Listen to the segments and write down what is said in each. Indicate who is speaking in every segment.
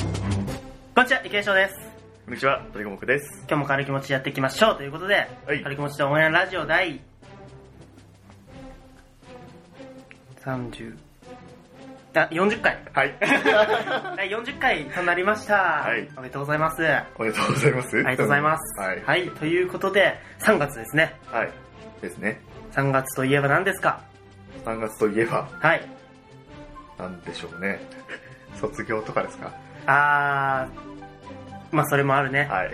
Speaker 1: こんにちは、池井翔です。
Speaker 2: こんにちは、鳥五目です。
Speaker 1: 今日も軽い気持ちでやっていきましょうということで、
Speaker 2: はい
Speaker 1: 軽い気持ちで応援ラジオ第30あ40回
Speaker 2: はい。
Speaker 1: 第40回となりました、
Speaker 2: い
Speaker 1: おめでとうございますあ
Speaker 2: おめでとうございます。あ
Speaker 1: りがとうございます、
Speaker 2: はい。
Speaker 1: ということで3月ですね
Speaker 2: はい。ですね。
Speaker 1: 3月といえば何ですか
Speaker 2: 3月といえば、
Speaker 1: はい
Speaker 2: なんでしょうね。 卒業とかですか
Speaker 1: あーまあそれもあるね、
Speaker 2: はい。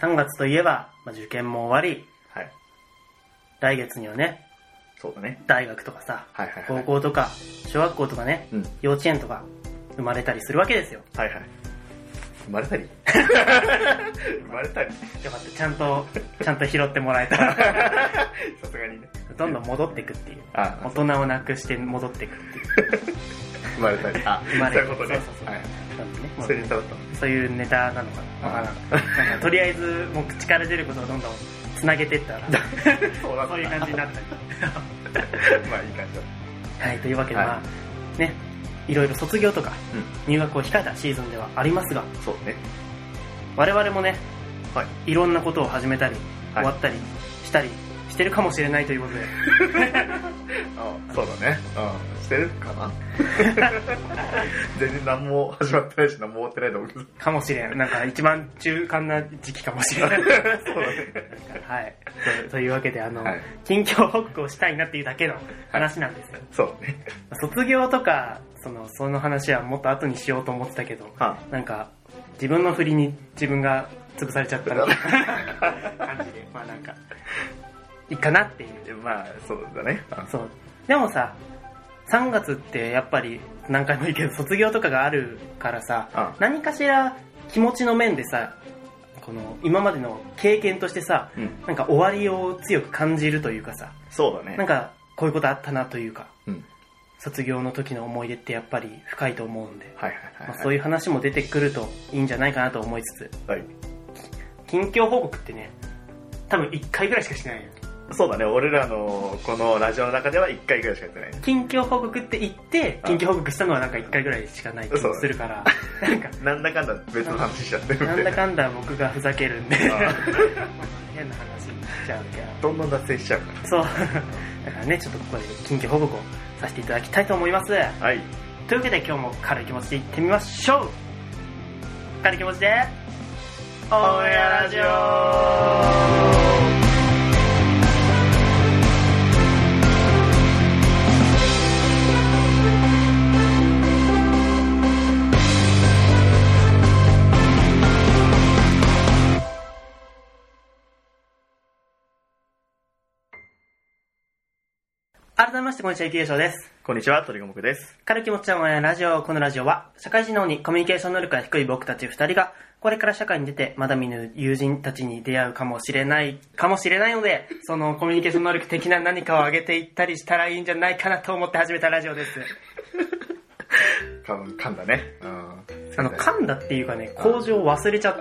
Speaker 1: 3月といえば、まあ、受験も終わり
Speaker 2: はい。
Speaker 1: 来月にはね
Speaker 2: そうだね。
Speaker 1: 大学とかさ
Speaker 2: はいはいは
Speaker 1: 高
Speaker 2: い。
Speaker 1: 校とか小学校とかね
Speaker 2: うん。
Speaker 1: 幼稚園とか生まれたりするわけですよ。
Speaker 2: はいはい。生まれた り生まれたり
Speaker 1: よかった、ちゃんと、ちゃんと拾ってもらえたら、
Speaker 2: さすがにね。
Speaker 1: どんどん戻ってくっていう。大
Speaker 2: あ、
Speaker 1: 人をなくして戻ってくっていう。
Speaker 2: 生まれたり。あ、
Speaker 1: 生まれ
Speaker 2: そういうことね
Speaker 1: そうそう。そう
Speaker 2: はい。
Speaker 1: なんでね、も
Speaker 2: それに
Speaker 1: う
Speaker 2: ただったの
Speaker 1: そういうネタなのかな。わからんなんかとりあえず、もう口から出ることをどんどん繋げてった ら、
Speaker 2: そうだった
Speaker 1: そういう感じになったり。
Speaker 2: まあいい感じだっ
Speaker 1: はい、というわけで、
Speaker 2: はい
Speaker 1: まあ、ね、いろいろ卒業とか
Speaker 2: うん、
Speaker 1: 入学を控えたシーズンではありますが、
Speaker 2: た。そうね。
Speaker 1: 我々もね、
Speaker 2: はい。
Speaker 1: いろんなことを始めたり、終
Speaker 2: はい
Speaker 1: わったりしたりしてるかもしれないということで、
Speaker 2: うんそうだね。うん。してるか な全然何も始まってないし、何も終わってないと思うけど。
Speaker 1: かもしれん。なんか一番中間な時期かもしれない。
Speaker 2: そうだね。
Speaker 1: はい。とというわけで、あの、
Speaker 2: はい
Speaker 1: 近況報告をしたいなっていうだけの話なんです。
Speaker 2: そうね。
Speaker 1: 卒業とか、その、その話はもっと後にしようと思ってたけど、
Speaker 2: は
Speaker 1: なんか、自分の振りに自分が潰されちゃったみたいな感じで、まあなんか、いいかなっていう。
Speaker 2: い。 まあ、そうだね。
Speaker 1: そう。でもさ、3月ってやっぱり何回も言うけど 卒業とかがあるからさ、
Speaker 2: あ
Speaker 1: 何かしら気持ちの面でさ、この今までの経験としてさ、
Speaker 2: うん。
Speaker 1: なんか終わりを強く感じるというかさ、
Speaker 2: そうだね。
Speaker 1: なんかこういうことあったなというか、
Speaker 2: うん。
Speaker 1: 卒業の時の思い出ってやっぱり深いと思うんで、
Speaker 2: はいはいはい、
Speaker 1: ま
Speaker 2: は
Speaker 1: あ
Speaker 2: い。
Speaker 1: そういう話も出てくるといいんじゃないかなと思いつつ、
Speaker 2: はい。
Speaker 1: 近況報告ってね、多分1回ぐらいしかしないよ。
Speaker 2: そうだね。俺らの、このラジオの中では1回ぐらいしかやってないね。
Speaker 1: 近況報告って言って、
Speaker 2: あ
Speaker 1: 近況報告したのはなんか1回ぐらいしかない気もする から、なんか、
Speaker 2: なんだかんだ別の話しちゃってる
Speaker 1: な
Speaker 2: みた
Speaker 1: ん
Speaker 2: いな。
Speaker 1: だかんだ僕がふざけるんで、
Speaker 2: あ
Speaker 1: 変な話になっちゃうけど。
Speaker 2: どんどん脱線しちゃうか
Speaker 1: そう。だからね、ちょっとここで近況報告をさせていただきたいと思います。
Speaker 2: ら。はい。
Speaker 1: というわけで今日も軽い気持ちで行ってみましょう軽い気持ちで、オンエアラジオ改めまして、こんにちは、池江翔です。
Speaker 2: こんにちは、鳥五目です。
Speaker 1: 軽気持ちの応援ラジオ。このラジオは、社会人のにコミュニケーション能力が低い僕たち二人が、これから社会に出て、まだ見ぬ友人たちに出会うかもしれない、かもしれないので、そのコミュニケーション能力的な何かを上げていったりしたらいいんじゃないかなと思って始めたラジオです。
Speaker 2: かん、かんだね。うん。
Speaker 1: あの、噛んだっていうかね、工場忘れちゃっ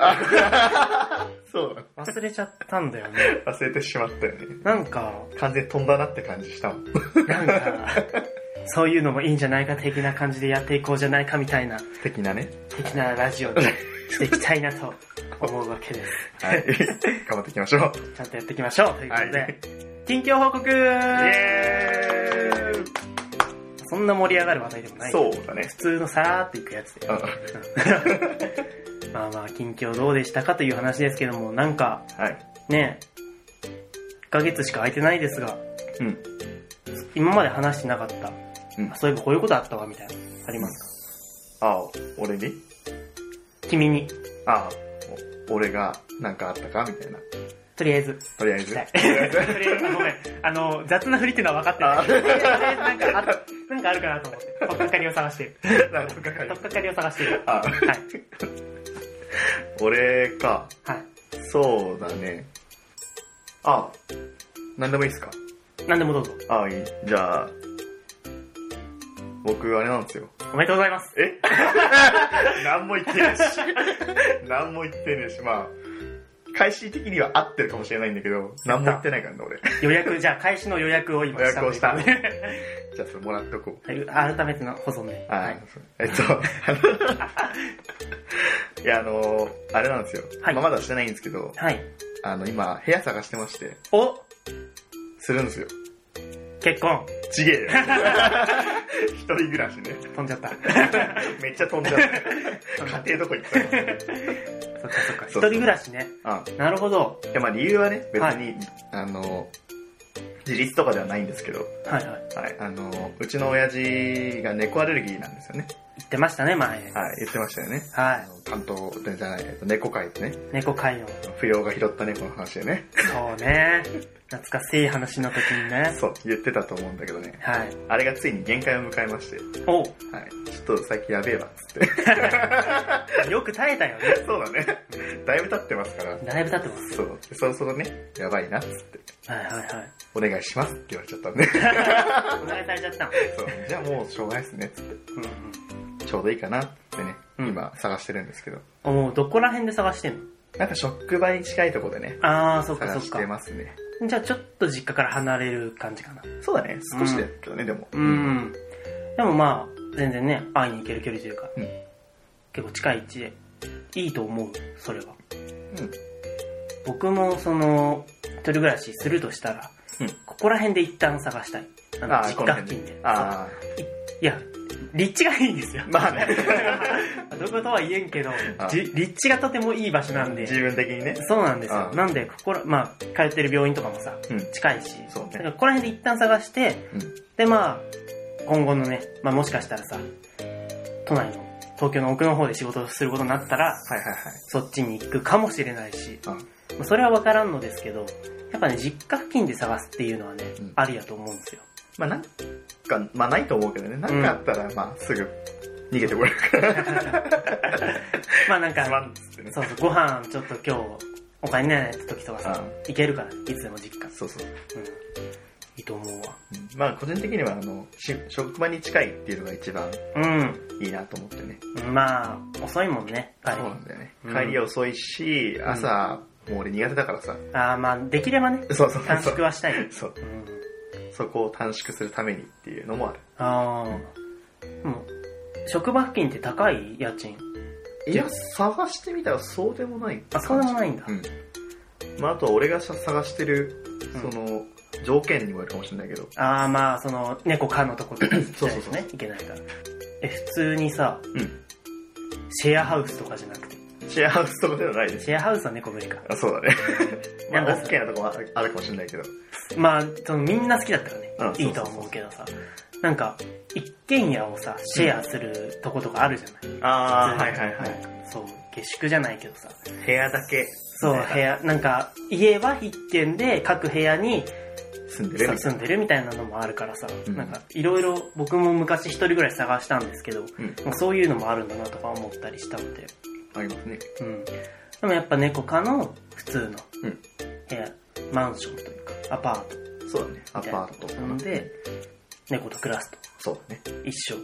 Speaker 2: そう。
Speaker 1: た。忘れちゃったんだよね。
Speaker 2: 忘れてしまったよね。
Speaker 1: なんか、
Speaker 2: 完全に飛んだなって感じしたもん。
Speaker 1: なんか、そういうのもいいんじゃないか的な感じでやっていこうじゃないかみたいな、
Speaker 2: 的なね。
Speaker 1: 的なラジオにしていきたいなと思うわけです。
Speaker 2: はい。 頑張っていきましょう。
Speaker 1: ちゃんとやっていきましょうということで、
Speaker 2: はい
Speaker 1: 近況報告
Speaker 2: イエ
Speaker 1: そんな盛り上がる話題でもない。
Speaker 2: そうだね
Speaker 1: 普。通のさらーっていくやつで
Speaker 2: うん。。
Speaker 1: まあまあ、近況どうでしたかという話ですけども、なんか、
Speaker 2: はい。
Speaker 1: ね、1ヶ月しか空いてないですが、
Speaker 2: うん。
Speaker 1: 今まで話してなかった。
Speaker 2: うん
Speaker 1: あそういえばこういうことあったわ、みたいな。あります
Speaker 2: あ、俺に
Speaker 1: か君に、
Speaker 2: ああ、お俺がなんかあったかみたいな。
Speaker 1: とりあえず、
Speaker 2: とりあえ
Speaker 1: 聞き
Speaker 2: ず
Speaker 1: た。 い。とりあえず、あごめん。あの、雑な振りっていうのは分かってる。とりあえずなんかあ、なんかあるかなと思って。とっかかりを探してる。
Speaker 2: なんとか
Speaker 1: と
Speaker 2: か
Speaker 1: っか
Speaker 2: り
Speaker 1: かりを探してる。
Speaker 2: あ、
Speaker 1: はい。
Speaker 2: 俺か。
Speaker 1: はい。
Speaker 2: そうだね。あ、なんでもいいっすか
Speaker 1: 何でもどうぞ。
Speaker 2: あ、いい。じゃあ、僕、あれなんですよ。
Speaker 1: おめでとうございます。
Speaker 2: え なんも言ってねえし。なんも言ってねえし、まあ、開始的には合ってるかもしれないんだけど、何も言ってないからね、俺。
Speaker 1: 予 約、じゃあ開始の予約を今
Speaker 2: 予
Speaker 1: した
Speaker 2: 約
Speaker 1: とい
Speaker 2: を
Speaker 1: う
Speaker 2: した。
Speaker 1: こと
Speaker 2: じ
Speaker 1: で
Speaker 2: ゃあ、それもらっとこう。
Speaker 1: はい改めての保存で。
Speaker 2: はい。えっと、いや、あの、 あれなんですよ。
Speaker 1: はい
Speaker 2: まあまだしてないんですけど、
Speaker 1: はい。
Speaker 2: あの、今、部屋探してまして、
Speaker 1: お
Speaker 2: するんですよ。
Speaker 1: 結婚
Speaker 2: ちげえ よ。一人暮らしね。
Speaker 1: 飛んじゃ った。
Speaker 2: めっちゃ飛んじゃった。家庭どこ行 っ
Speaker 1: そっかそっか。一
Speaker 2: そ
Speaker 1: 人
Speaker 2: うそう
Speaker 1: 暮らしね。
Speaker 2: たのうん
Speaker 1: なるほど。
Speaker 2: いや、まあ理由はね、別に、
Speaker 1: は
Speaker 2: あの、自立とかではないんですけど、
Speaker 1: はいはい。
Speaker 2: はい、あの、うちの親父が猫アレルギーなんですよね。
Speaker 1: 言ってましたね、前。
Speaker 2: はい、言ってましたよね。あ
Speaker 1: は
Speaker 2: の担当じゃない、えっと猫界でね、
Speaker 1: い。猫飼いを。
Speaker 2: 不要が拾った猫の話で ね、
Speaker 1: そうね。懐かしい話の時にね。
Speaker 2: そう、言ってたと思うんだけどね、
Speaker 1: はい。
Speaker 2: あれがついに限界を迎えまして、
Speaker 1: お
Speaker 2: はい、ちょっと最近やべえわ、つ って。
Speaker 1: よく耐えたよね。
Speaker 2: そうだね。 だいぶ経ってますから。
Speaker 1: だいぶ経ってます。
Speaker 2: そう、でそろそろね、やばいな、つって、
Speaker 1: はいはいはい。
Speaker 2: お願いしますって言われち ゃったん
Speaker 1: お
Speaker 2: で、
Speaker 1: 願いされちゃったの。
Speaker 2: そう、じゃあもうしょうがないっすね、つって。
Speaker 1: うんうん
Speaker 2: ちょうどいいかなってね、
Speaker 1: うん
Speaker 2: 今探してるんですけど。
Speaker 1: あ。もうどこら辺で探してんの
Speaker 2: なんか職場に近いとこでね、
Speaker 1: あー、そっか
Speaker 2: 探
Speaker 1: そっ
Speaker 2: して
Speaker 1: か。
Speaker 2: ますね。
Speaker 1: じゃあちょっと実家から離れる感じかな。
Speaker 2: そうだね、少しだけどね、でも。
Speaker 1: う。ん。でもまあ、全然ね、会いに行ける距離というか、
Speaker 2: うん
Speaker 1: 結構近い位置で、いいと思う、それは。
Speaker 2: うん
Speaker 1: 僕も、その、一人暮らしするとしたら、
Speaker 2: うん
Speaker 1: ここら辺で一旦探したい。あの
Speaker 2: ああ、こ
Speaker 1: 実家
Speaker 2: の
Speaker 1: 付
Speaker 2: 辺
Speaker 1: 近で
Speaker 2: で。。あ
Speaker 1: いや、立地がいいんですよ
Speaker 2: あ、。まあね。
Speaker 1: どういうことは言えんけど
Speaker 2: あ、
Speaker 1: じ立地がとてもいい場所なんで、
Speaker 2: 自分的にね。
Speaker 1: そうなんですよ
Speaker 2: あ。あ
Speaker 1: なんで、ここら、まあ、通ってる病院とかもさ、
Speaker 2: うん。
Speaker 1: 近いし、
Speaker 2: そうね
Speaker 1: だからここら辺で一旦探して、
Speaker 2: うん。
Speaker 1: でまあ今後のね、まあ、もしかしたらさ都内の東京の奥の方で仕事をすることになったら
Speaker 2: はいはいはい。
Speaker 1: そっちに行くかもしれないし、
Speaker 2: あ
Speaker 1: まあ、それは分からんのですけどやっぱね実家付近で探すっていうのはね、
Speaker 2: うん
Speaker 1: ありやと思うんですよ
Speaker 2: まあなんか、まあないと思うけどね、なんかあったら、まあすぐ逃げてこ れるから。
Speaker 1: まあなんか
Speaker 2: すまんっつってね。
Speaker 1: そうそうご飯ちょっと今日お金ないって時とかさ
Speaker 2: あ
Speaker 1: 行けるからいつでも実家、
Speaker 2: そうそう。
Speaker 1: うん、いいと思うわ
Speaker 2: うんまあ個人的には、あの、し職場に近いっていうのが一番
Speaker 1: う
Speaker 2: いいなと思ってね。
Speaker 1: んまあ遅いもんね帰
Speaker 2: そう
Speaker 1: り
Speaker 2: なんだよね。
Speaker 1: うん
Speaker 2: 帰り遅いし、朝、もう俺苦手だからさ。
Speaker 1: ああまあできればね
Speaker 2: そうそう
Speaker 1: 短
Speaker 2: そう
Speaker 1: 縮。はしたい、 うん、
Speaker 2: そう。そこを短縮するためにっていうのもある。
Speaker 1: ああ。でも、職場付近って高い家賃
Speaker 2: いや、探してみたらそうでもない。
Speaker 1: あ、そうでもないんだ。
Speaker 2: うん。まあ、あとは俺がさ探してる
Speaker 1: うん、
Speaker 2: その、条件にもよるかもしれないけど。
Speaker 1: ああ、まあ、その、猫かのところとか
Speaker 2: そうそうそう
Speaker 1: ね、いけないから。え、普通にさ、
Speaker 2: うん
Speaker 1: シェアハウスとかじゃなくて。
Speaker 2: シェアハウスとかではないです。
Speaker 1: シェアハウスは猫無理か。
Speaker 2: あそう だね。ま
Speaker 1: な
Speaker 2: あ、
Speaker 1: んかさ
Speaker 2: OK なとこもあるあるかもしれないけど。
Speaker 1: まあ、そのみんな好きだったらね
Speaker 2: うん、
Speaker 1: いいとは思うけどさ。なんか、一軒家をさ、シェアするとことかあるじゃない、
Speaker 2: あ
Speaker 1: 普通になんかそう、下宿じゃないけどさ。
Speaker 2: い。部屋だけ。
Speaker 1: そう、部屋、なんか、家は一軒で、各部屋に
Speaker 2: 住んで
Speaker 1: そ
Speaker 2: るみ
Speaker 1: う
Speaker 2: たい
Speaker 1: 住んでるみたいなのもあるからさ、
Speaker 2: うん
Speaker 1: なんかいろいろ僕も昔一人ぐらい探したんですけど、
Speaker 2: うん
Speaker 1: もうそういうのもあるんだなとか思ったりしたので、
Speaker 2: な。ありますね。
Speaker 1: うん、でもやっぱ猫科の普通の
Speaker 2: うん
Speaker 1: 部屋、マンションというかアパート
Speaker 2: そうだね。ア
Speaker 1: みたいな
Speaker 2: パ
Speaker 1: と
Speaker 2: ー
Speaker 1: こ
Speaker 2: トと
Speaker 1: ろ
Speaker 2: か
Speaker 1: な
Speaker 2: な
Speaker 1: の。で猫と暮らすと
Speaker 2: そうだね。
Speaker 1: 一生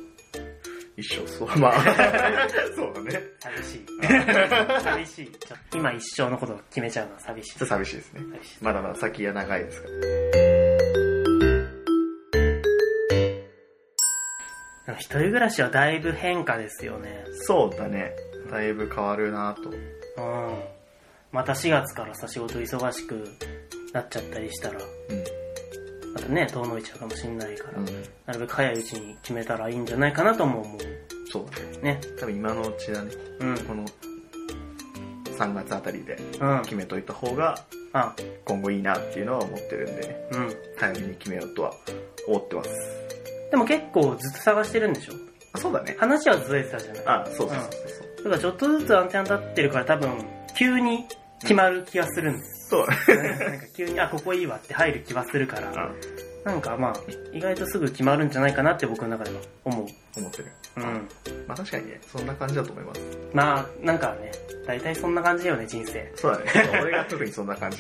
Speaker 2: 一生そう。まあ、 そうだね。
Speaker 1: 寂しい 寂しいちょっと今一生のことを決めちゃうのは寂しい
Speaker 2: ちょっと寂しいですね。
Speaker 1: 寂しい
Speaker 2: まだまだ先が長いですから。
Speaker 1: でも一人暮らしはだいぶ変化ですよね
Speaker 2: そうだね。だいぶ変わるなと。
Speaker 1: うんまた4月からさ仕事忙しくなっちゃったりしたら
Speaker 2: うん。
Speaker 1: またね遠のいちゃうかもしんないから、
Speaker 2: うん、
Speaker 1: なるべく早いうちに決めたらいいんじゃないかなとも思う
Speaker 2: そうだね。
Speaker 1: ね
Speaker 2: 多分今のうちだね。
Speaker 1: うんうん
Speaker 2: この3月あたりで
Speaker 1: あ
Speaker 2: 決めといた方が今後いいなっていうのは思ってるんで、ね、
Speaker 1: うん
Speaker 2: 早めに決めようとは思ってます。
Speaker 1: でも結構ずっと探してるんでしょ
Speaker 2: あ、そうだね。
Speaker 1: 話はずれてたじゃない
Speaker 2: あ、そうそうそうそ
Speaker 1: だ
Speaker 2: う。
Speaker 1: からちょっとずつアンテナ立ってるから多分急に決まる気がするんです、
Speaker 2: そうだね。
Speaker 1: なんか急にあここいいわって入る気はするから
Speaker 2: あ
Speaker 1: なんかまあ意外とすぐ決まるんじゃないかなって僕の中では思う
Speaker 2: 思ってる。
Speaker 1: うん
Speaker 2: まあ確かにね、そんな感じだと思います。
Speaker 1: まあなんかね大体そんな感じだよね人生
Speaker 2: そうだね。俺が特にそんな感 じ。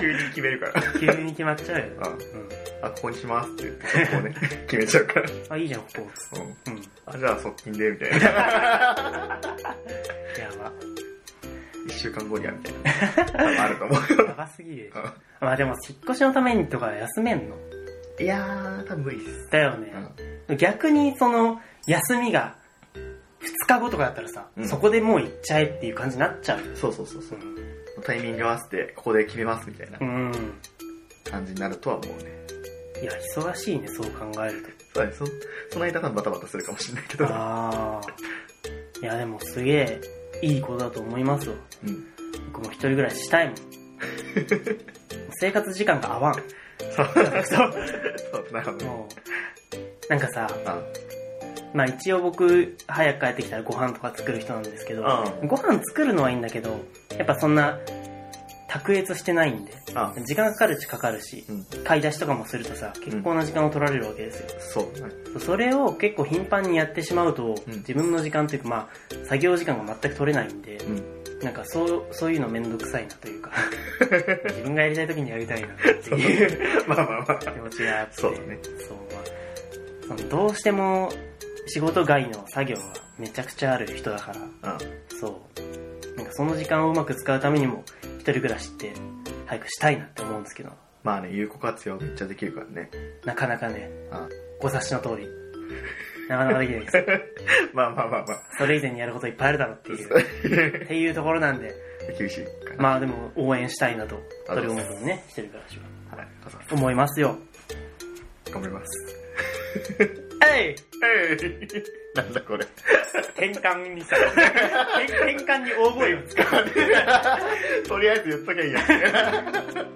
Speaker 2: 急に決めるから。
Speaker 1: 急に決まっちゃうよね、
Speaker 2: あ
Speaker 1: うん、
Speaker 2: あ、ここにしますって言って、ここをね、決めちゃうから。
Speaker 1: あいいじゃんここ
Speaker 2: うん
Speaker 1: うん
Speaker 2: あ、じゃあ側近で、みたいな。
Speaker 1: やば
Speaker 2: 一週間後にはみたいな。多分あると思うよ。
Speaker 1: やばすぎる。まあでも、引っ越しのためにとか休めんの
Speaker 2: いやー、多分無理です。
Speaker 1: だよね。逆に、その、休みが、2日後とかだったらさ、
Speaker 2: うん
Speaker 1: そこでもう行っちゃえっていう感じになっちゃう。
Speaker 2: そうそうそうそう。タイミング合わせて、ここで決めますみたいな
Speaker 1: うん。
Speaker 2: 感じになるとは思うね。
Speaker 1: いや、忙しいね、そう考えると。
Speaker 2: そうだね、そその間多分バタバタするかもしれないけど。
Speaker 1: ああ。いや、でもすげえ、いいことだと思いますよ。
Speaker 2: うん。
Speaker 1: 僕も一人ぐらいしたいもん。生活時間が合わん。
Speaker 2: そう。そう、なるほど。
Speaker 1: もう、なんかさ、
Speaker 2: あ
Speaker 1: まあ一応僕、早く帰ってきたらご飯とか作る人なんですけど、
Speaker 2: う
Speaker 1: ご飯作るのはいいんだけど、やっぱそんな、卓越してないんで、
Speaker 2: あ
Speaker 1: 時間かかるしかかるし、
Speaker 2: うん。
Speaker 1: 買い出しとかもするとさ、結構な時間を取られるわけですよ。
Speaker 2: そうだね。
Speaker 1: それを結構頻繁にやってしまうと、
Speaker 2: うん
Speaker 1: 自分の時間というか、まあ、作業時間が全く取れないんで、
Speaker 2: うん。
Speaker 1: なんかそう、そういうのめんどくさいなというか、自分がやりたい時にやりたいなっていう
Speaker 2: まあまあまあ。
Speaker 1: 気持ちがあって、
Speaker 2: そうだね。
Speaker 1: そう、まあそのどうしても仕事外の作業がめちゃくちゃある人だから、
Speaker 2: あ
Speaker 1: そう、なんかその時間をうまく使うためにも、一人暮らしって早くしたいなって思うんですけど、
Speaker 2: まあね、有効活用めっちゃできるからね。
Speaker 1: なかなかね、
Speaker 2: あ
Speaker 1: ご察しの通り、 なかなかできないです。
Speaker 2: まあまあまあまあ。
Speaker 1: それ以前にやることいっぱいあるだろうっていう。っていうところなんで、
Speaker 2: 厳しいかな。
Speaker 1: まあでも応援したいなと、
Speaker 2: あ
Speaker 1: 鳥思いもね、一人暮らしは。
Speaker 2: はい。母さん
Speaker 1: 思いますよ。
Speaker 2: 頑張ります。
Speaker 1: えい
Speaker 2: えい なんだこれ。
Speaker 1: 転換にさ、転換に大声を使う。
Speaker 2: とりあえず言っときゃいいや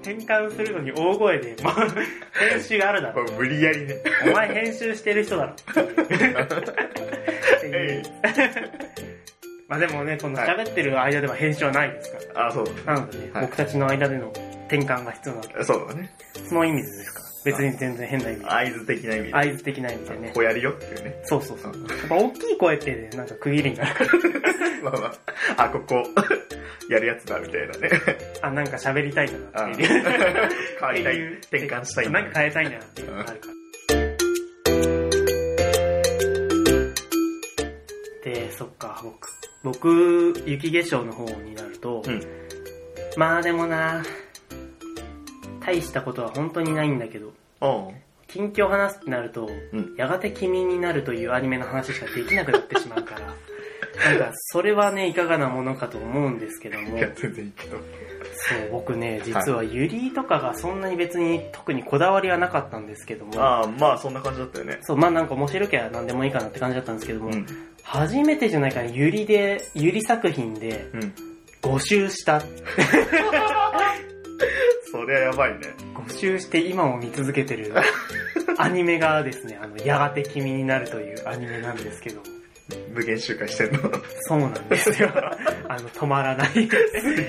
Speaker 1: 転換するのに大声で、 まあ、編集があるだ
Speaker 2: こ
Speaker 1: ろ。
Speaker 2: れ無理やりね。
Speaker 1: お前編集してる人 だろ。っていう
Speaker 2: えい
Speaker 1: まあでもね、この喋ってる間では編集はないですから。
Speaker 2: あ、そうだね。
Speaker 1: なのでね、
Speaker 2: はい
Speaker 1: 僕たちの間での転換が必要なわけ。
Speaker 2: そうだね。
Speaker 1: その意味ですから。別に全然変な意味。
Speaker 2: 合図的な意味で。
Speaker 1: 合図的な意味でね
Speaker 2: こ。うやるよっていうね。
Speaker 1: そうそうそう。
Speaker 2: う
Speaker 1: やっぱ大きい声ってね、なんか区切りになるから。
Speaker 2: まあまあ。あ、ここ、 やるやつだ、みたいな ね。
Speaker 1: あ、なんか喋りたいんだ
Speaker 2: あ
Speaker 1: なっていう。
Speaker 2: 変わりたい。転換したい。
Speaker 1: なんか変えたいんだなっていうのがあるから。で、そっか、僕。僕、雪化粧の方になると、
Speaker 2: うん
Speaker 1: まあでもな、大したことは本当にないんだけど、
Speaker 2: おう
Speaker 1: 近況話すってなると、
Speaker 2: うん
Speaker 1: やがて君になるというアニメの話しかできなくなってしまう から、なんか、それはね、いかがなものかと思うんですけども
Speaker 2: い、や、全然いいけど。
Speaker 1: そう、僕ね、実はユリとかがそんなに別に特にこだわりはなかったんですけども、
Speaker 2: ああ、まあそんな感じだったよね。
Speaker 1: そう、まあなんか面白きゃ何でもいいかなって感じだったんですけども、
Speaker 2: うん。
Speaker 1: 初めてじゃないからユリで、ユリ作品で
Speaker 2: うん。
Speaker 1: 5周した。
Speaker 2: そりゃやばいね。
Speaker 1: 5周して今も見続けて るアニメがですね、あの、やがて君になるというアニメなんですけども、
Speaker 2: 無限周回してんの。
Speaker 1: そうなんですよ。あの、止まらない。
Speaker 2: すげ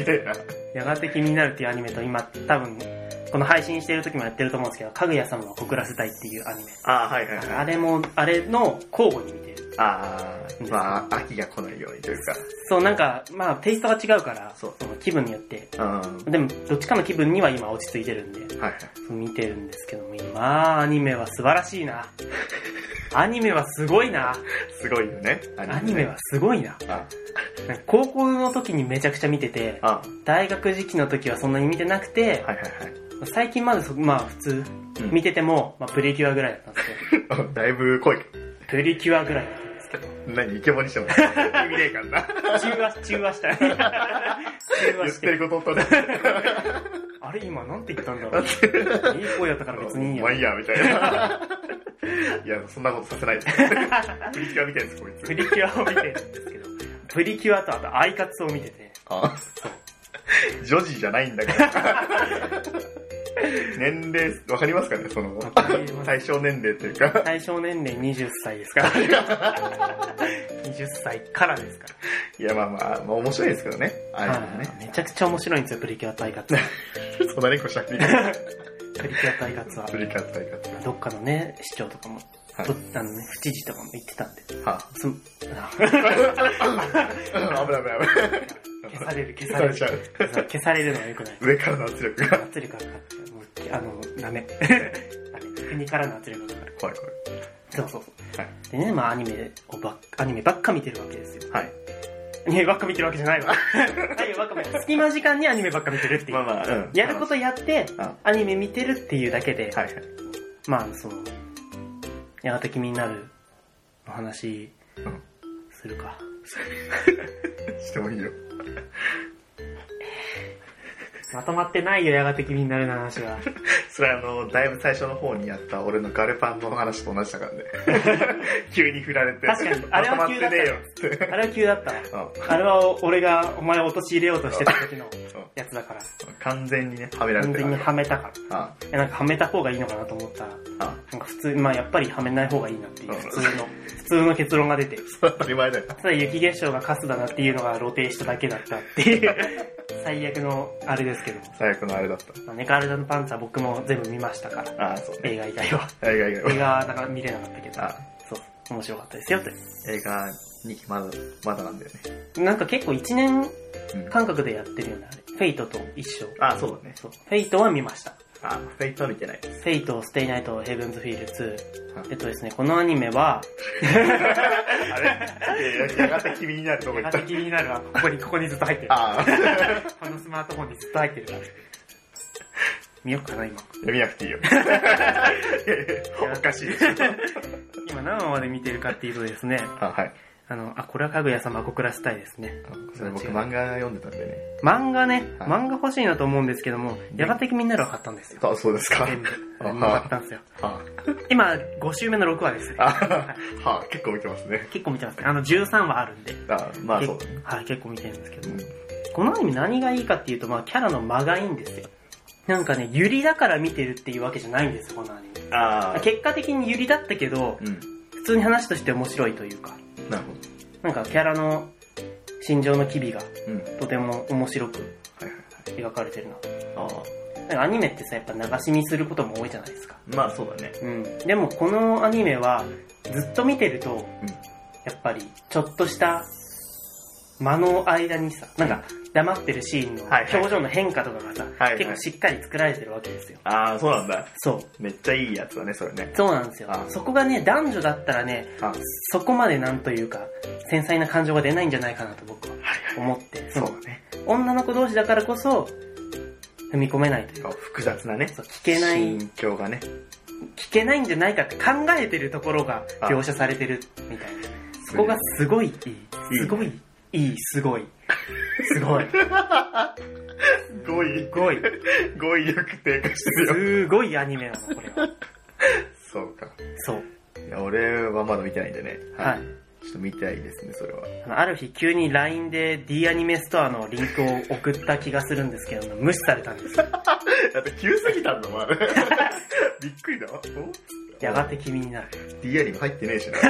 Speaker 2: えな。
Speaker 1: やがて君になるっていうアニメと今、多分、この配信してる時もやってると思うんですけど、かぐや様を告らせたいっていうアニメ。
Speaker 2: ああ、はいはい
Speaker 1: あ
Speaker 2: はい。
Speaker 1: れも、あれの交互に見てる。
Speaker 2: ああ、まあ、秋が来ないようにというか。
Speaker 1: そう、なんか、まあ、テイストが違うから、
Speaker 2: そう
Speaker 1: その気分によって。
Speaker 2: うん。
Speaker 1: でも、どっちかの気分には今落ち着いてるんで、
Speaker 2: はいはい。
Speaker 1: そう見てるんですけども、まあ、アニメは素晴らしいな。 アニメはすごいな。
Speaker 2: すごいよね。
Speaker 1: アニメはすごいな。
Speaker 2: あ、
Speaker 1: なんか高校の時にめちゃくちゃ見てて、
Speaker 2: あ、
Speaker 1: 大学時期の時はそんなに見てなくて、
Speaker 2: はいはい
Speaker 1: 最近までそ、まあ普通、
Speaker 2: うん
Speaker 1: 見てても、まあプリキュアぐらいだったんです けど、
Speaker 2: はい。だいぶ濃い。
Speaker 1: プリキュアぐらいだったんですけど、
Speaker 2: 何、イケボにしても。意味ねえから な。
Speaker 1: 中和、中和 した。中和
Speaker 2: 言
Speaker 1: し
Speaker 2: ってて。ることとね。
Speaker 1: あれ今なんて言ったんだろう。いい声だったから 別にいいや
Speaker 2: まあ。いいや、みたい な。いや、そんなことさせないです。プリキュア見てるんです、こい
Speaker 1: プ
Speaker 2: つ。
Speaker 1: リキュアを見てるんですけど、プリキュアとあとアイカツを見てて、
Speaker 2: あ、女児じゃないんだから。年齢、わかりますかね、その
Speaker 1: わ、かります
Speaker 2: 対象年齢というか。
Speaker 1: 対象年齢20歳です から。20歳からですか
Speaker 2: いや、まあまあ、まあ面白いですけどね。あ
Speaker 1: ら。は
Speaker 2: れも
Speaker 1: い
Speaker 2: ね。
Speaker 1: めちゃくちゃ面白いんですよ、プリキュアとアイカ ツ。
Speaker 2: そんなにこしゃくり。プ
Speaker 1: プリキュアとアイカツは。
Speaker 2: リキュア対決。
Speaker 1: どっかのね、市長とかも、
Speaker 2: はい
Speaker 1: どあのね、府知事とかも行ってたんで。
Speaker 2: は
Speaker 1: そ
Speaker 2: あ、危ない危ない危ない。
Speaker 1: 消される、消
Speaker 2: さ
Speaker 1: され
Speaker 2: れ
Speaker 1: る。
Speaker 2: ちゃう。
Speaker 1: 消さ消されるのは良くない。
Speaker 2: 上からの圧力が。
Speaker 1: 圧力がかかって、もう、あの、ダメ。ダメ。国からの圧力がかかる。
Speaker 2: 怖い怖
Speaker 1: そうそうそう。
Speaker 2: はい
Speaker 1: でね、まあアニメをばっ、アニメばっか見てるわけですよ。
Speaker 2: い。はい。
Speaker 1: アニメばっか見てるわけじゃないわ。アニメばっか見てる。隙間時間にアニメばっか見てるっていう。
Speaker 2: まあまあ、うん。
Speaker 1: やることやって
Speaker 2: うん、
Speaker 1: アニメ見てるっていうだけで、
Speaker 2: はいはい。
Speaker 1: まあ、その、やがて気になるお話
Speaker 2: うん。
Speaker 1: するか。
Speaker 2: してもいいよ。
Speaker 1: まとまってないよ、やがて気になるの話は。
Speaker 2: それあの、だいぶ最初の方にやった俺のガルパンの話と同じ だからね。急に振られて。
Speaker 1: 確かにあれは急だったよ
Speaker 2: まとまってねえよ
Speaker 1: あれは急だったわ。
Speaker 2: って。
Speaker 1: あれは俺がお前を陥れようとしてた時のやつだ から、
Speaker 2: うん完全にね、はめられ
Speaker 1: 完
Speaker 2: てる。
Speaker 1: 全にはめたから。
Speaker 2: あ
Speaker 1: いやなんかはめた方がいいのかなと思ったら、
Speaker 2: あ、あ
Speaker 1: なんか普通、まあやっぱりはめない方がいいなっていう、
Speaker 2: うん
Speaker 1: 普通の、普通の結論が出て。
Speaker 2: あ、当たり前だよ。
Speaker 1: ただ雪化粧がカスだなっていうのが露呈しただけだったっていう、 最悪のあれですけど。
Speaker 2: 最悪のあれだった。
Speaker 1: まあ、ネカールダのパンツは僕も全部見ましたから、
Speaker 2: ああ、そうね。
Speaker 1: 映画以外 は。
Speaker 2: 映画以外
Speaker 1: 映
Speaker 2: は。
Speaker 1: 画はだから見れなかったけど、
Speaker 2: あ
Speaker 1: そう、面白かったですよっ
Speaker 2: 映画にまだ、まだなんだよね。
Speaker 1: て。なんか結構1年
Speaker 2: うん。
Speaker 1: 間隔でやってるよね、あれ。フェイトと一緒。
Speaker 2: ああ、そうだね。
Speaker 1: そう。フェイトは見ました。
Speaker 2: ああ、フェイトは見てないです。
Speaker 1: フェイト、ステイナイト、ヘブンズフィール2。
Speaker 2: あ
Speaker 1: えっとですね、このアニメは、
Speaker 2: あれいややがて君になるとこ行
Speaker 1: や
Speaker 2: っ
Speaker 1: が
Speaker 2: た
Speaker 1: て。気になるわ。ここに、ここにずっと入ってる。
Speaker 2: ああ、
Speaker 1: このスマートフォンにずっと入ってるから。見よっかな、今。
Speaker 2: 見な くていいよ。おかしいでしょ。
Speaker 1: 今何話まで見てるかっていうとですね、
Speaker 2: あはい。
Speaker 1: あの、あ、これはかぐや様、小倉スタイですね。
Speaker 2: あそれ僕漫画読んでたんでね。
Speaker 1: 漫画ね、
Speaker 2: はい
Speaker 1: 漫画欲しいなと思うんですけども、やがてみんなのは買ったんですよ。
Speaker 2: あ、そうですか。
Speaker 1: 全部。
Speaker 2: あ
Speaker 1: 全部買ったんですよ。
Speaker 2: は
Speaker 1: 今、5週目の6話です。
Speaker 2: あ、 はあ、結構見てますね。
Speaker 1: 結構見てますね。あの、13話あるんで。
Speaker 2: あまあそうだ
Speaker 1: 結
Speaker 2: ね。
Speaker 1: 構はい、結構見てるんですけど
Speaker 2: う
Speaker 1: も
Speaker 2: ん。
Speaker 1: このアニメ何がいいかっていうと、まあ、キャラの間がいいんですよ。なんかね、ユリだから見てるっていうわけじゃないんですよ、このアニメ。
Speaker 2: ああ、
Speaker 1: 結果的にユリだったけど、
Speaker 2: うん。
Speaker 1: 普通に話として面白いというか、
Speaker 2: なるほ
Speaker 1: なんかキャラの心情の機微が
Speaker 2: ど。うん。はい
Speaker 1: とても面白く
Speaker 2: はいはい。
Speaker 1: 描かれてるな。
Speaker 2: あ
Speaker 1: なんかアニメってさ、やっぱ流し見することも多いじゃないですか。
Speaker 2: あ、まあそうだね。
Speaker 1: うん。でもこのアニメは、ずっと見てると、
Speaker 2: うん。
Speaker 1: やっぱり、ちょっとした間の間にさ、なんか、黙ってるシーンの
Speaker 2: はいはい
Speaker 1: 表情の変化とかがさ、
Speaker 2: はいはい
Speaker 1: 結構しっかり作られてるわけですよ。
Speaker 2: ああ、そうなんだ。
Speaker 1: そう。
Speaker 2: めっちゃいいやつだね、それね。
Speaker 1: そうなんですよ
Speaker 2: あ。
Speaker 1: そこがね、男女だったらね、
Speaker 2: あ
Speaker 1: そこまでなんというか、繊細な感情が出ないんじゃないかなと僕は思って、
Speaker 2: そう
Speaker 1: うん
Speaker 2: だね。
Speaker 1: 女の子同士だからこそ、踏み込めないというか、
Speaker 2: あ複雑なね。
Speaker 1: そう聞けない、
Speaker 2: 心境がね。
Speaker 1: 聞けないんじゃないかって考えてるところが
Speaker 2: あ
Speaker 1: 描写されてるみたいな。そこがすごいいい。すごいいい、すごい。すごい。
Speaker 2: 語彙
Speaker 1: す、ごい。
Speaker 2: 語彙力低下してるよ。
Speaker 1: すごいアニメなの、これは。
Speaker 2: そうか。
Speaker 1: そう。
Speaker 2: いや、俺はまだ見てないんでね。
Speaker 1: はい。
Speaker 2: ちょっと見たいですね、それは。
Speaker 1: あのある日急に LINE で D アニメストアのリンクを送った気がするんですけど、無視されたんですよ。
Speaker 2: だって急すぎたんだもん、あれ。 びっくりだわ。お
Speaker 1: やがて君になる。
Speaker 2: DI にも入ってねえしな。
Speaker 1: と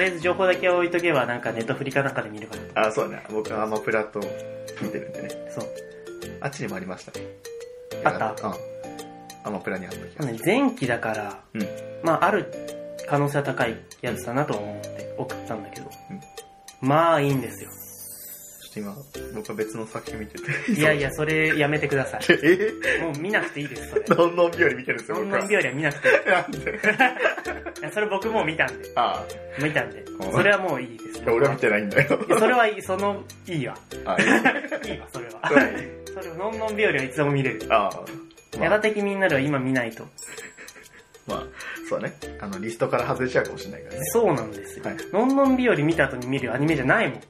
Speaker 1: りあえず情報だけ置いとけば、なんかネットフリかなんかで見るかなと。
Speaker 2: あ、そうだね。僕はアマプラと見てるんでね。
Speaker 1: そう。
Speaker 2: あっちにもありましたね。
Speaker 1: あった
Speaker 2: うん。アマプラにあった気が
Speaker 1: な
Speaker 2: す
Speaker 1: の
Speaker 2: る。
Speaker 1: で前期だから、
Speaker 2: うん
Speaker 1: まあある可能性は高いやつだなと思って送ったんだけど、
Speaker 2: うん
Speaker 1: まあいいんですよ。
Speaker 2: ちょっと今、僕は別の作品見てて。
Speaker 1: いやいや、それやめてください。
Speaker 2: そう。 え
Speaker 1: もう見なくていいです、それ。
Speaker 2: どんどん日和見てるんですよ、
Speaker 1: そん
Speaker 2: 僕
Speaker 1: な
Speaker 2: は。
Speaker 1: んよりは見なくていい
Speaker 2: なんで
Speaker 1: いや。それ僕もう見たんで。
Speaker 2: あ
Speaker 1: 見たんで
Speaker 2: あ。
Speaker 1: それはもういいです
Speaker 2: あ、。俺は見てないんだよ。
Speaker 1: いやそれ はいい、その、いいわ。
Speaker 2: あいいね
Speaker 1: いいわ、それは。
Speaker 2: それいい
Speaker 1: それ、のんのん日和はいつでも見れる。
Speaker 2: ああ。ま
Speaker 1: やが
Speaker 2: あ、
Speaker 1: て君になるは今見ないと。
Speaker 2: まあ、そうだね。あの、リストから外れちゃうかもしれないからね。
Speaker 1: そうなんですよ
Speaker 2: はい。
Speaker 1: のんのん日和見た後に見るアニメじゃない もん。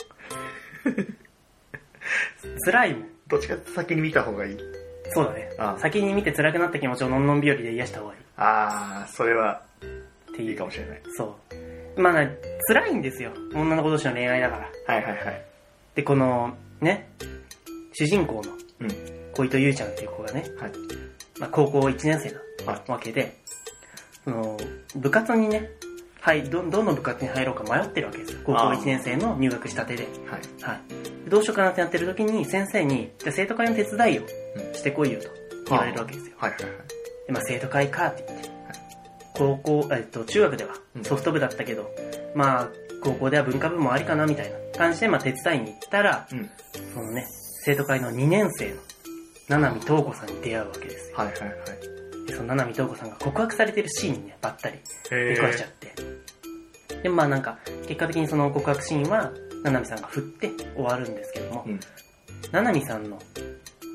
Speaker 1: 辛いもん。
Speaker 2: どっちかって先に見た方がいい。
Speaker 1: そうだね
Speaker 2: あ。あ
Speaker 1: 先に見て辛くなった気持ちをのんのん日和で癒した方がいい。
Speaker 2: ああ、それは
Speaker 1: っていう。
Speaker 2: いいかもしれない。
Speaker 1: そう。まあな、辛いんですよ。女の子同士の恋愛だから。
Speaker 2: はいはいはい。
Speaker 1: で、この、ね、主人公の
Speaker 2: うん。
Speaker 1: 小糸ゆうちゃんっていう子がね、
Speaker 2: はい。
Speaker 1: まあ、高校1年生
Speaker 2: は
Speaker 1: なわけで、その、部活にね、はい、ど、どの部活に入ろうか迷ってるわけですよ。高校
Speaker 2: あー
Speaker 1: 1年生の入学したてで。
Speaker 2: はい。
Speaker 1: はい。どうしようかなってなってる時に、先生に、じゃあ生徒会の手伝いを
Speaker 2: うん
Speaker 1: してこいよと言われるわけですよ。
Speaker 2: はいはいはい。
Speaker 1: で、まあ、生徒会かって言って、高校、えっと、中学では
Speaker 2: うん
Speaker 1: ソフト部だったけど、まあ、高校では文化部もありかなみたいな感じで、まあ、手伝いに行ったら、
Speaker 2: うん。
Speaker 1: そのね、生徒会の2年生の、七海東子さんに出会うわけですよ。
Speaker 2: はいはいはい。
Speaker 1: で、その七海東子さんが告白されてるシーンにね、ばったり
Speaker 2: へ
Speaker 1: 出くわしちゃって。で、まあなんか、結果的にその告白シーンは、ななみさんが振って終わるんですけども
Speaker 2: う、ん。
Speaker 1: ななみさんの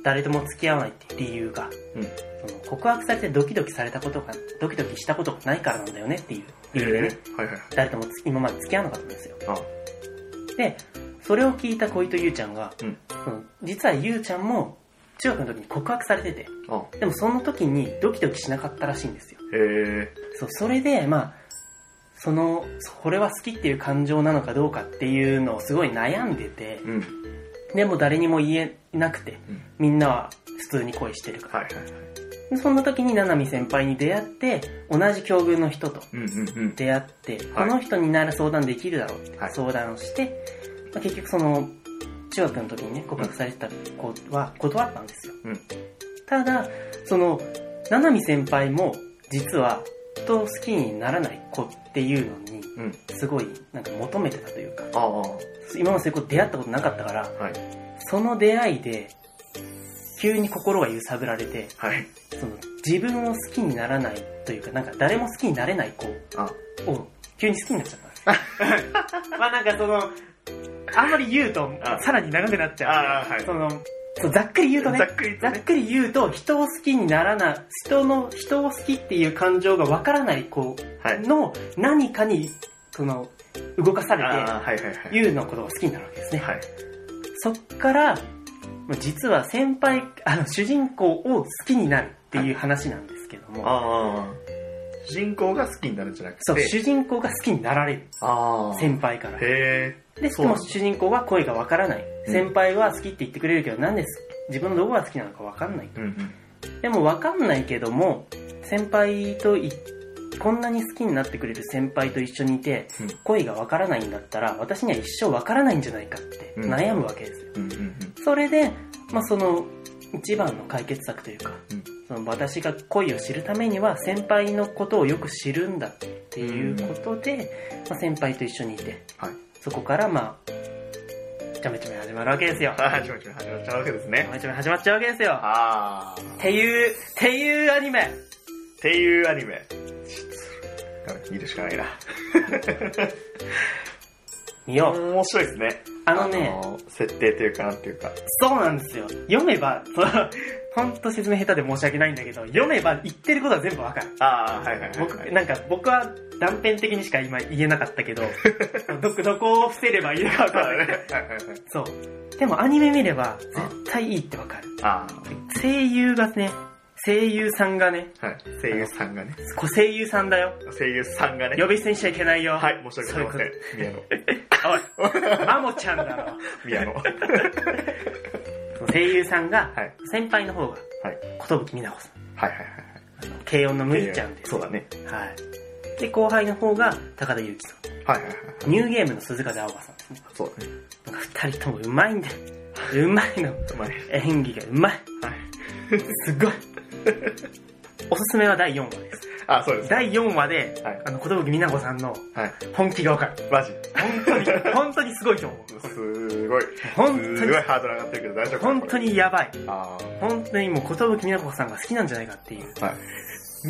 Speaker 1: 誰とも付き合わないって理由が、
Speaker 2: うん。
Speaker 1: その告白されてドキドキされたことが、ドキドキしたことがないからなんだよねっていう
Speaker 2: え
Speaker 1: 理由でね、
Speaker 2: はいはいはい。
Speaker 1: 誰ともつ今まで付き合わなかったんですよ。
Speaker 2: あ
Speaker 1: で、それを聞いた小糸ゆうちゃんが、
Speaker 2: うん
Speaker 1: その実はゆうちゃんも中学の時に告白されてて、
Speaker 2: あ
Speaker 1: でもその時にドキドキしなかったらしいんですよ。
Speaker 2: へえ。
Speaker 1: そう、それで、まあ、その、これは好きっていう感情なのかどうかっていうのをすごい悩んでて、
Speaker 2: うん。
Speaker 1: でも誰にも言えなくて、
Speaker 2: うん
Speaker 1: みんなは普通に恋してるから。
Speaker 2: はいはいはい。
Speaker 1: でそんな時にななみ先輩に出会って、同じ境遇の人と
Speaker 2: うんうんうん。
Speaker 1: 出会って、
Speaker 2: はい
Speaker 1: この人になら相談できるだろうって
Speaker 2: はい
Speaker 1: 相談をして、まあ結局その、中学の時にね、告白されてた子は断ったんですよ。
Speaker 2: うん
Speaker 1: ただ、その、ななみ先輩も、実は、人を好きにならない子っていうのに、
Speaker 2: うん。
Speaker 1: すごい、なんか求めてたというか、
Speaker 2: ああ。は
Speaker 1: 今までそういう子出会ったことなかったから、
Speaker 2: い。
Speaker 1: その出会いで、急に心が揺さぶられて、
Speaker 2: はい。
Speaker 1: その自分を好きにならないというか、なんか誰も好きになれない子
Speaker 2: あ
Speaker 1: を急に好きになっちゃった んです。まあなんかその、あんまり言うと
Speaker 2: あ、
Speaker 1: さらに長くなっちゃ
Speaker 2: ああは
Speaker 1: う。
Speaker 2: い
Speaker 1: その、そうざっくり言うとね
Speaker 2: ざ、っくり
Speaker 1: ざ
Speaker 2: と
Speaker 1: っ
Speaker 2: ね。
Speaker 1: くり言うと、人を好きにならない、人の、人を好きっていう感情がわからない子
Speaker 2: はい。
Speaker 1: の何かに、その、動かさ
Speaker 2: あ
Speaker 1: れ
Speaker 2: あ、はいはいはい。
Speaker 1: て、ユウのことが好きになるわけですね。
Speaker 2: はい。
Speaker 1: そっから、まあ実は先輩、あの、主人公を好きになるっていう話なんですけども、
Speaker 2: ああ。主人公が好きになるんじゃなくて。
Speaker 1: そう、主人公が好きになられる、
Speaker 2: ああ。へ
Speaker 1: 先輩から。
Speaker 2: え。
Speaker 1: で、
Speaker 2: そ
Speaker 1: で
Speaker 2: うなん
Speaker 1: も
Speaker 2: だ
Speaker 1: 主人公は声がわからない。
Speaker 2: うん
Speaker 1: 先輩は好きって言ってくれるけど、なんです自分のどこが好きなのかわかんない。
Speaker 2: うんうん。
Speaker 1: でもわかんないけども、先輩とい、こんなに好きになってくれる先輩と一緒にいて、
Speaker 2: うん
Speaker 1: 恋がわからないんだったら、私には一生わからないんじゃないかって
Speaker 2: うん
Speaker 1: 悩むわけですよ。
Speaker 2: うんうんうん。
Speaker 1: それで、まあ、その、一番の解決策というか、
Speaker 2: うん
Speaker 1: その私が恋を知るためには先輩のことをよく知るんだっていうことで、まあ、先輩と一緒にいて、
Speaker 2: はい
Speaker 1: そこからまあちゃめちゃめ始まるわけですよ
Speaker 2: ああ、ちょいちょい始まっちゃうわけです
Speaker 1: ちゃ
Speaker 2: ね。
Speaker 1: めちゃめ始まっちゃうわけですよ
Speaker 2: ああ。
Speaker 1: っていうっていうアニメ
Speaker 2: っていうアニメ。ダメ見るしかないな。
Speaker 1: 見よう
Speaker 2: 面白いですね。
Speaker 1: あのね
Speaker 2: あの設定というかなんていうか。
Speaker 1: そうなんですよ読めば 本当説明下手で申し訳ないんだけど読めば言ってることは全部わかる
Speaker 2: ああ、はいはいはい、
Speaker 1: 僕なんか僕は断片的にしか今言えなかったけ どどどこを伏せればいいのか分
Speaker 2: あ
Speaker 1: から
Speaker 2: はい
Speaker 1: ない
Speaker 2: はいはい。
Speaker 1: そうでもアニメ見れば絶対いいって分かる
Speaker 2: あ
Speaker 1: 声優がね声優さんがね
Speaker 2: あ、はい。声優さんがね。
Speaker 1: こ声優さんだよ
Speaker 2: 声優さんがね。
Speaker 1: 呼び捨てにしちゃいけないよ
Speaker 2: はい、申し訳ござい
Speaker 1: ません おいマモちゃんだろ
Speaker 2: ま せん。宮野。宮野。
Speaker 1: 声優さんが
Speaker 2: はい。
Speaker 1: 先輩の方が
Speaker 2: はい
Speaker 1: 寿美奈子さ
Speaker 2: はいはい
Speaker 1: んあの軽音の
Speaker 2: はい。
Speaker 1: 麦ちゃんです
Speaker 2: そうだね。
Speaker 1: はいで後輩の方が高田裕貴さ
Speaker 2: はいはいはい。
Speaker 1: んニューゲームの鈴風青葉さんですね
Speaker 2: そうだね。
Speaker 1: なんか二人ともうまいんだよ。うまいの。
Speaker 2: うまい。
Speaker 1: 演技がうまい。
Speaker 2: はい。
Speaker 1: す ごい。おすすめは第4話です。
Speaker 2: あ、そうです。
Speaker 1: 第4話で、
Speaker 2: はい
Speaker 1: あの、ことぶきみなこさんの
Speaker 2: はい。
Speaker 1: 本気がわかる。
Speaker 2: マジ。
Speaker 1: 本当に、本当にすごいと思う。
Speaker 2: すごい。
Speaker 1: 本当
Speaker 2: す
Speaker 1: に
Speaker 2: ごい、ハードル上がってるけど大丈夫かな
Speaker 1: 本当にやばい。
Speaker 2: あ
Speaker 1: 本当にもう、ことぶきみなこさんが好きなんじゃないかっていう。い
Speaker 2: あ。はい。
Speaker 1: や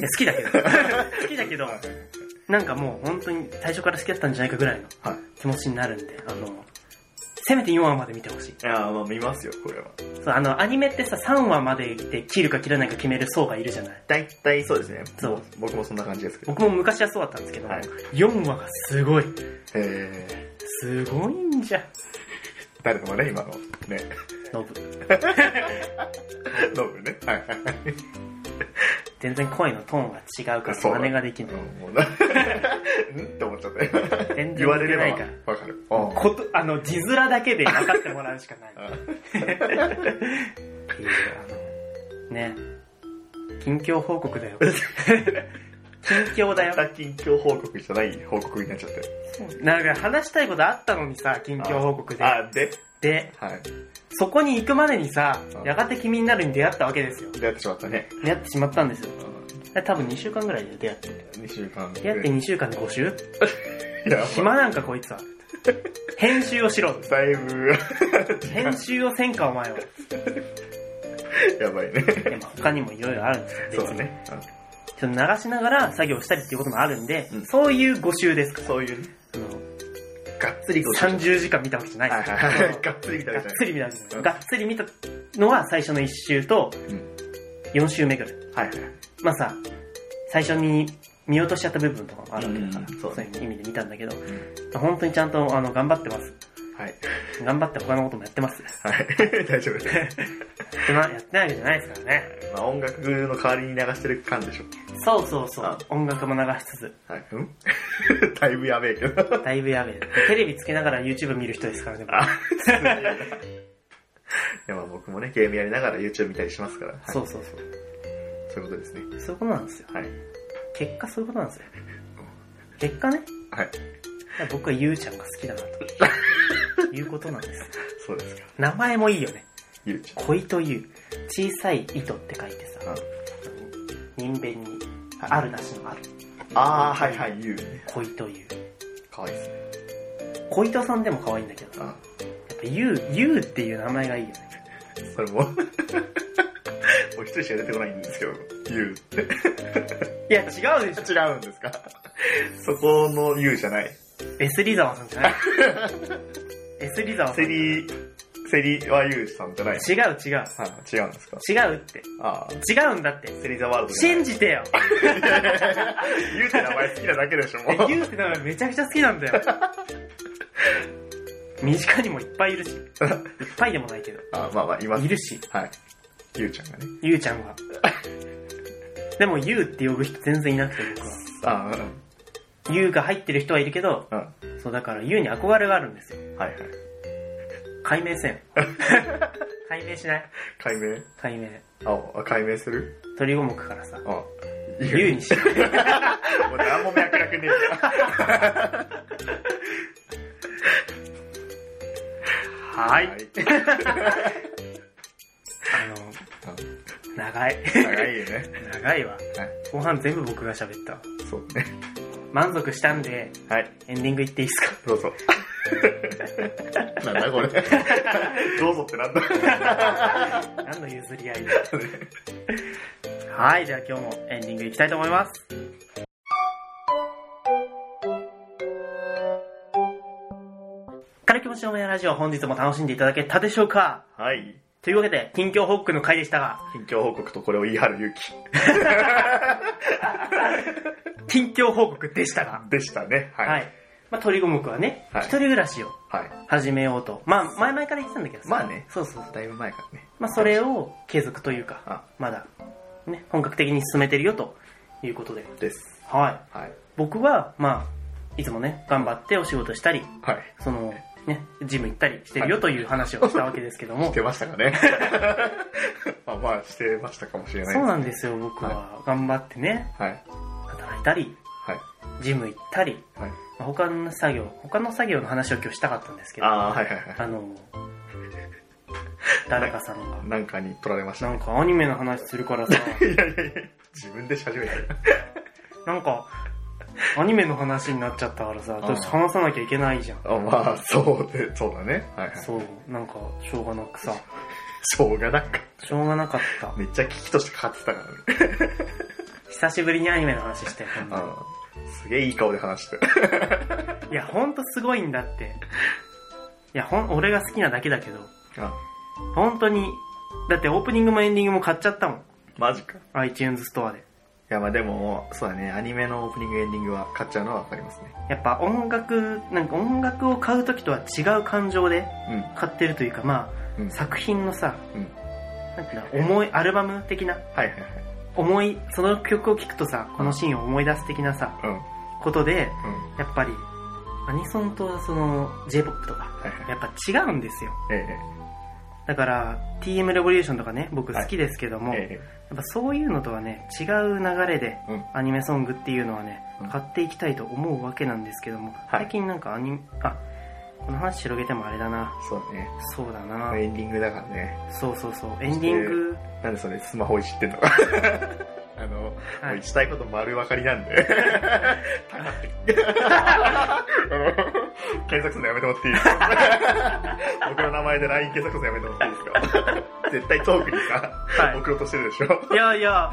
Speaker 1: 好きだけ ど。好きだけど、なんかもう本当に最初から好きだったんじゃないかぐらいの
Speaker 2: はい。
Speaker 1: 気持ちになるんで、あの、せめて4話まで見てほしい。
Speaker 2: いやーまあ見ますよ、これは。
Speaker 1: そう、あの、アニメってさ、3話までで切るか切らないか決める層がいるじゃない。
Speaker 2: 大体そうですね。
Speaker 1: そう。
Speaker 2: 僕もそんな感じですけど。
Speaker 1: 僕も昔はそうだったんですけど、
Speaker 2: はい
Speaker 1: 4話がすごい。
Speaker 2: えー。
Speaker 1: すごいんじゃ。
Speaker 2: 誰でもね、今の。ね。
Speaker 1: ノブ。
Speaker 2: ノブね。はいはいはい。
Speaker 1: 全然声のトーンが違うから、
Speaker 2: そうだ
Speaker 1: 真似ができない。
Speaker 2: うんもうな うんって思っちゃった
Speaker 1: 全然
Speaker 2: 言われ
Speaker 1: 似て
Speaker 2: れ
Speaker 1: ないから。
Speaker 2: ばわかる。ああ
Speaker 1: こと、あの、字面だけで分かってもらうしかない。っていう、あの、ね。近況報告 だよ。近況だ
Speaker 2: ま
Speaker 1: よ。
Speaker 2: た近況報告じゃない報告になっちゃってる。
Speaker 1: なんか話したいことあったのにさ、近況報告で。
Speaker 2: あ、で、
Speaker 1: で、
Speaker 2: はい。
Speaker 1: そこに行くまでにさ
Speaker 2: う、ん
Speaker 1: やがて君になるに出会ったわけですよ。
Speaker 2: 出会ってしまったね。
Speaker 1: 出会ってしまったんですよ。
Speaker 2: う
Speaker 1: 多分2週間ぐらいで出会って。
Speaker 2: ん、2週間。
Speaker 1: 出会って2週間で5週
Speaker 2: いや、
Speaker 1: 暇なんかこいつ は。編集をしろ。
Speaker 2: だいぶ、
Speaker 1: 編集をせんかお 前は。
Speaker 2: やばいね。
Speaker 1: でも他にもいろいろあるんですよ。
Speaker 2: そうだね。
Speaker 1: 別に。ちょっと流しながら作業したりっていうこともあるんで、
Speaker 2: うん
Speaker 1: そういう5週ですか
Speaker 2: うんそういうね。
Speaker 1: ら。あの
Speaker 2: がっつりご存知
Speaker 1: 30時間見たわけじゃない
Speaker 2: はい
Speaker 1: です
Speaker 2: はい
Speaker 1: け
Speaker 2: はい。
Speaker 1: ど
Speaker 2: がっつりみたい
Speaker 1: がっつ
Speaker 2: な。
Speaker 1: り見たわけじゃないがっつり見たのは最初の1週と
Speaker 2: うん
Speaker 1: 4週目ぐらい。
Speaker 2: はいはい。
Speaker 1: まあさ、最初に見落としちゃった部分とかもあるわけだから、
Speaker 2: うん
Speaker 1: そ
Speaker 2: そうう
Speaker 1: いう意味で見たんだけど、本当にちゃんとあの頑張ってます。
Speaker 2: はい。
Speaker 1: 頑張って他のこともやって ます。や
Speaker 2: はい。 大丈夫です。
Speaker 1: ってなやってないわけじゃないですからね。
Speaker 2: まあ音楽の代わりに流してる感じでしょ。
Speaker 1: そうそうそ
Speaker 2: あ
Speaker 1: う。音楽も流しつつ、
Speaker 2: はい。うん だいぶやべえけど。
Speaker 1: だいぶやべえ。テレビつけながら YouTube 見る人ですからね。
Speaker 2: あ、いやまあ僕もね、ゲームやりながら YouTube 見たりしますから。はい
Speaker 1: そうそうそう。
Speaker 2: そういうことですね。
Speaker 1: そういうことなんですよ。
Speaker 2: はい。
Speaker 1: 結果そういうことなんですよ。結果ね、
Speaker 2: はい。
Speaker 1: 僕はゆうちゃんが好きだなと。いうことなんです。
Speaker 2: そうですか。
Speaker 1: 名前もいいよね。
Speaker 2: ゆうち
Speaker 1: 恋という。小さい糸って書いてさ
Speaker 2: ゃん。、
Speaker 1: 人弁に、あるなしのある。
Speaker 2: ああ、はいはい、ゆうね。
Speaker 1: 恋という。
Speaker 2: かわいいですね。
Speaker 1: 恋とさんでも可愛いんだけどさ、や
Speaker 2: あ
Speaker 1: っぱゆう、ゆうっていう名前がいいよね。
Speaker 2: そ れも、もう一人しか出てこないんですけど、ゆうって。
Speaker 1: いや、違うでしょ。
Speaker 2: 違うんですかそこのゆうじゃない。
Speaker 1: エスリザワさんじ ゃないエスリザワさん
Speaker 2: セ
Speaker 1: じゃない。
Speaker 2: リ、セリはゆうさんじゃない。
Speaker 1: 違う違う。
Speaker 2: はい、違うんですか
Speaker 1: 違うって。
Speaker 2: ああ、
Speaker 1: 違うんだって。
Speaker 2: セリザワールドじゃない
Speaker 1: 信じてよ。
Speaker 2: ゆうって名前好きなだけでしょ、もう。
Speaker 1: ユウって名前めちゃくちゃ好きなんだよ。身近にもいっぱいいるし。いっぱいでもないけど。
Speaker 2: あまあまあ、います
Speaker 1: い。るし、
Speaker 2: はい。ゆうちゃんがね。
Speaker 1: ゆうちゃんは。 でも、ゆうって呼ぶ人全然いなくて、僕は。
Speaker 2: あ
Speaker 1: ゆうが入ってる人はいるけど、
Speaker 2: あ、うん。うん
Speaker 1: そうだから、ゆうに憧れがあるんですよ。
Speaker 2: はいはい。
Speaker 1: 解明 せん。解明しない
Speaker 2: 解明
Speaker 1: 解明。
Speaker 2: ああ、解明する
Speaker 1: 鳥五目からさ、
Speaker 2: ああ。
Speaker 1: ゆうにしよ う。
Speaker 2: もう何も脈絡ねえじゃん。
Speaker 1: は
Speaker 2: はいい。
Speaker 1: あの、長い。
Speaker 2: 長いよね。
Speaker 1: 長いわ。
Speaker 2: はい。
Speaker 1: 後半全部僕が喋ったわ。
Speaker 2: そうね。
Speaker 1: 満足したんで、
Speaker 2: はい。
Speaker 1: エンディングいっていいですか
Speaker 2: どうぞ。なんだこれ。どうぞってなんだ。
Speaker 1: 何の譲り合いだはい、じゃあ今日もエンディングいきたいと思います。軽気持ちのメアラジオ本日も楽しんでいただけたでしょうか
Speaker 2: はい。
Speaker 1: というわけで、近況報告の回でしたが、
Speaker 2: 近況報告とこれを言い張る勇気
Speaker 1: 近況報告でしたが、
Speaker 2: でしたね。は。
Speaker 1: はいい。まあ、鳥五目はね、一、
Speaker 2: はい
Speaker 1: 人暮らしを
Speaker 2: はい。
Speaker 1: 始めようと。まあ、前々から言ってたんだけどさ
Speaker 2: まあね
Speaker 1: そうそうそう。
Speaker 2: だいぶ前からね。
Speaker 1: まあ、それを継続というか、
Speaker 2: あ、
Speaker 1: まだ、ね、本格的に進めてるよということで。
Speaker 2: です。
Speaker 1: はい。
Speaker 2: はい。
Speaker 1: 僕は、まあ、いつもね、頑張ってお仕事したり、
Speaker 2: はい。
Speaker 1: その、ね、ジム行ったりしてるよという話をしたわけですけども、
Speaker 2: してましたかね。まあまあ、してましたかもしれない
Speaker 1: そう
Speaker 2: です。
Speaker 1: なんですよ、僕は。頑張ってね、
Speaker 2: はい。
Speaker 1: 働いたり、
Speaker 2: はい。
Speaker 1: ジム行ったり、
Speaker 2: はい。
Speaker 1: まあ他の作業、他の作業の話を今日したかったんですけど、あ
Speaker 2: ああー、はいはいは
Speaker 1: の、誰かさんが
Speaker 2: い。、なんかに取られました
Speaker 1: な
Speaker 2: ね。
Speaker 1: んかアニメの話するから さ、
Speaker 2: いやいやいや、自分でし始めた。
Speaker 1: なんか、アニメの話になっちゃったからさ、どうして話さなきゃいけないじゃん。
Speaker 2: あまあ、そうで、そうだね。はいはい。
Speaker 1: そう、なんか、しょうがなくさ、
Speaker 2: しょうがなく。
Speaker 1: しょうがなかった。
Speaker 2: めっちゃ危機としてかかってたからね。
Speaker 1: 久しぶりにアニメの話して。ほんと
Speaker 2: うん。すげえいい顔で話して。
Speaker 1: いや、ほんとすごいんだって。いや、ほん、俺が好きなだけだけど、
Speaker 2: あ、
Speaker 1: ほんとに、だってオープニングもエンディングも買っちゃったもん。
Speaker 2: マジか。い
Speaker 1: iTunes ストアで。
Speaker 2: や、まあでも、そうだね、アニメのオープニングエンディングは買っちゃうのはわかりますね。
Speaker 1: やっぱ音楽、なんか音楽を買うときとは違う感情で買ってるというか、ま
Speaker 2: うん。うん。
Speaker 1: あ、作品のさ、
Speaker 2: うん。
Speaker 1: なんていうの、重い、アルバム的な、
Speaker 2: はいはいはい。
Speaker 1: 重い、その曲を聴くとさ、このシーンを思い出す的なさ、
Speaker 2: うん。うん。
Speaker 1: ことで、
Speaker 2: は
Speaker 1: やっぱり、アニソンとその J-POP とか、
Speaker 2: いはい。
Speaker 1: やっぱ違うんですよ。
Speaker 2: え
Speaker 1: だから、TM レボリューションとかね、僕好きですけども、
Speaker 2: え。え
Speaker 1: やっぱそういうのとはね、違う流れで
Speaker 2: うん
Speaker 1: アニメソングっていうのはね、
Speaker 2: うん
Speaker 1: 買っていきたいと思うわけなんですけども、
Speaker 2: はい
Speaker 1: 最近なんかアニメ、あ、この話広げてもあれだな
Speaker 2: え。。そうだね。
Speaker 1: そうだな。
Speaker 2: エンディングだからね。
Speaker 1: そうそうそう。エンディング、
Speaker 2: なんでそれスマホいじってんの あの、も
Speaker 1: は
Speaker 2: う
Speaker 1: い
Speaker 2: 行きたいこと丸分かりなん で。高って。あの検索するのやめてもらっていいです か僕の名前で LINE 検索するのやめてもらっていいです か絶対遠くにさ、
Speaker 1: はい
Speaker 2: 送ろうとしてるでしょ
Speaker 1: いやいや、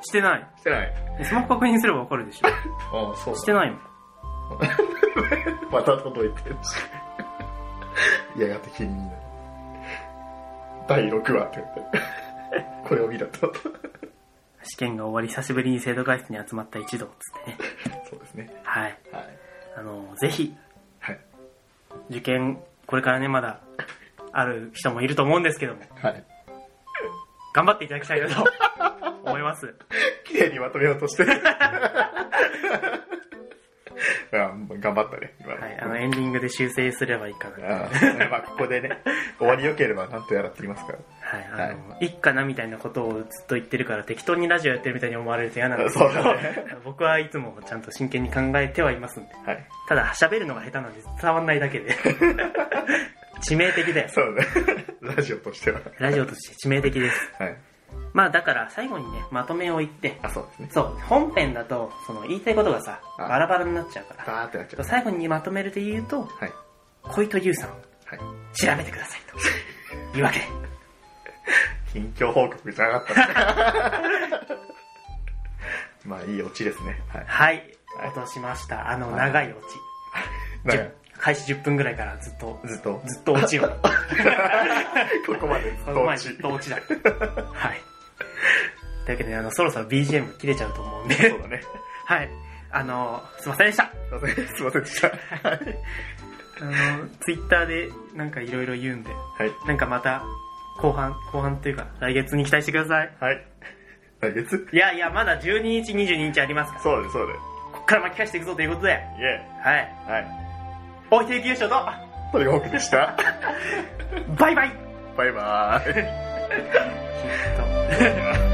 Speaker 1: してない。
Speaker 2: してない。
Speaker 1: スマホ確認すればわかるでしょ。
Speaker 2: ああ、そう
Speaker 1: して
Speaker 2: い。
Speaker 1: ないもん。
Speaker 2: また届いてる。やがて気になる。第6話って言 って。これを見ろと。
Speaker 1: 試験が終わり久しぶりに生徒会室に集まった一同つってね。
Speaker 2: そうですね。
Speaker 1: はい。
Speaker 2: はい。
Speaker 1: あの、ぜひ、
Speaker 2: はい。
Speaker 1: 受験、これからね、まだ、ある人もいると思うんですけども、
Speaker 2: はい。
Speaker 1: 頑張っていただきたいなと思い ます。
Speaker 2: 綺麗にまとめようとしてる。 あ頑張ったね、今の。
Speaker 1: はい。あの、エンディングで修正すればいいかな。
Speaker 2: あーまあ、ここ でね、終わり良ければなんとやらって言いますから。
Speaker 1: はい。あの、い、っかなみたいなことをずっと言ってるから、適当にラジオやってるみたいに思われると嫌なんですけど、
Speaker 2: そうだね
Speaker 1: 僕はいつもちゃんと真剣に考えてはいますんで。
Speaker 2: はい。
Speaker 1: ただ、喋るのが下手なんで伝わんないだけで。 致命的だよ。
Speaker 2: そうね。 ラジオとしては。
Speaker 1: ラジオとして致命的です。
Speaker 2: はい。
Speaker 1: まあだから最後にね、まとめを言って、
Speaker 2: あ、そうですね。
Speaker 1: そう、本編だと、その言いたいことがさ、
Speaker 2: あ
Speaker 1: バラバラになっちゃうから、
Speaker 2: バーってなっちゃう。
Speaker 1: 最後にまとめるで言うと、
Speaker 2: はい。
Speaker 1: 小糸優さん、
Speaker 2: はい。
Speaker 1: 調べてくださいと。いう わけで。
Speaker 2: 近況報告じゃなかった。 まあ、いいオチですね。はい。
Speaker 1: はい
Speaker 2: はい、
Speaker 1: 落としました。あの、
Speaker 2: はい
Speaker 1: 長いオチ。
Speaker 2: なん
Speaker 1: 10開始10分ぐらいからずっと
Speaker 2: か、ずっ と、
Speaker 1: ずっとオチを。
Speaker 2: ここまでずっ
Speaker 1: ことの前
Speaker 2: 落ち
Speaker 1: ずっ。とオチ だ。はい。というわけで、あの、そろそろ BGM 切れちゃうと思うんで、
Speaker 2: そうだね。
Speaker 1: はい。あの、すいませんでした。
Speaker 2: すいません、すいませんでした。はい。
Speaker 1: あの、ツイッターでなんかいろいろ言うんで、
Speaker 2: はい。
Speaker 1: なんかまた、後半、後半というか、来月に期待してください。
Speaker 2: はい。来月
Speaker 1: いやいや、まだ12日、22日ありますから、
Speaker 2: そうです、そうです。
Speaker 1: こっから巻き返していくぞということで、
Speaker 2: イェ
Speaker 1: はい。
Speaker 2: イ。はい。
Speaker 1: おいて優勝と、
Speaker 2: という報告でした。
Speaker 1: バイバイ
Speaker 2: バイバーイ。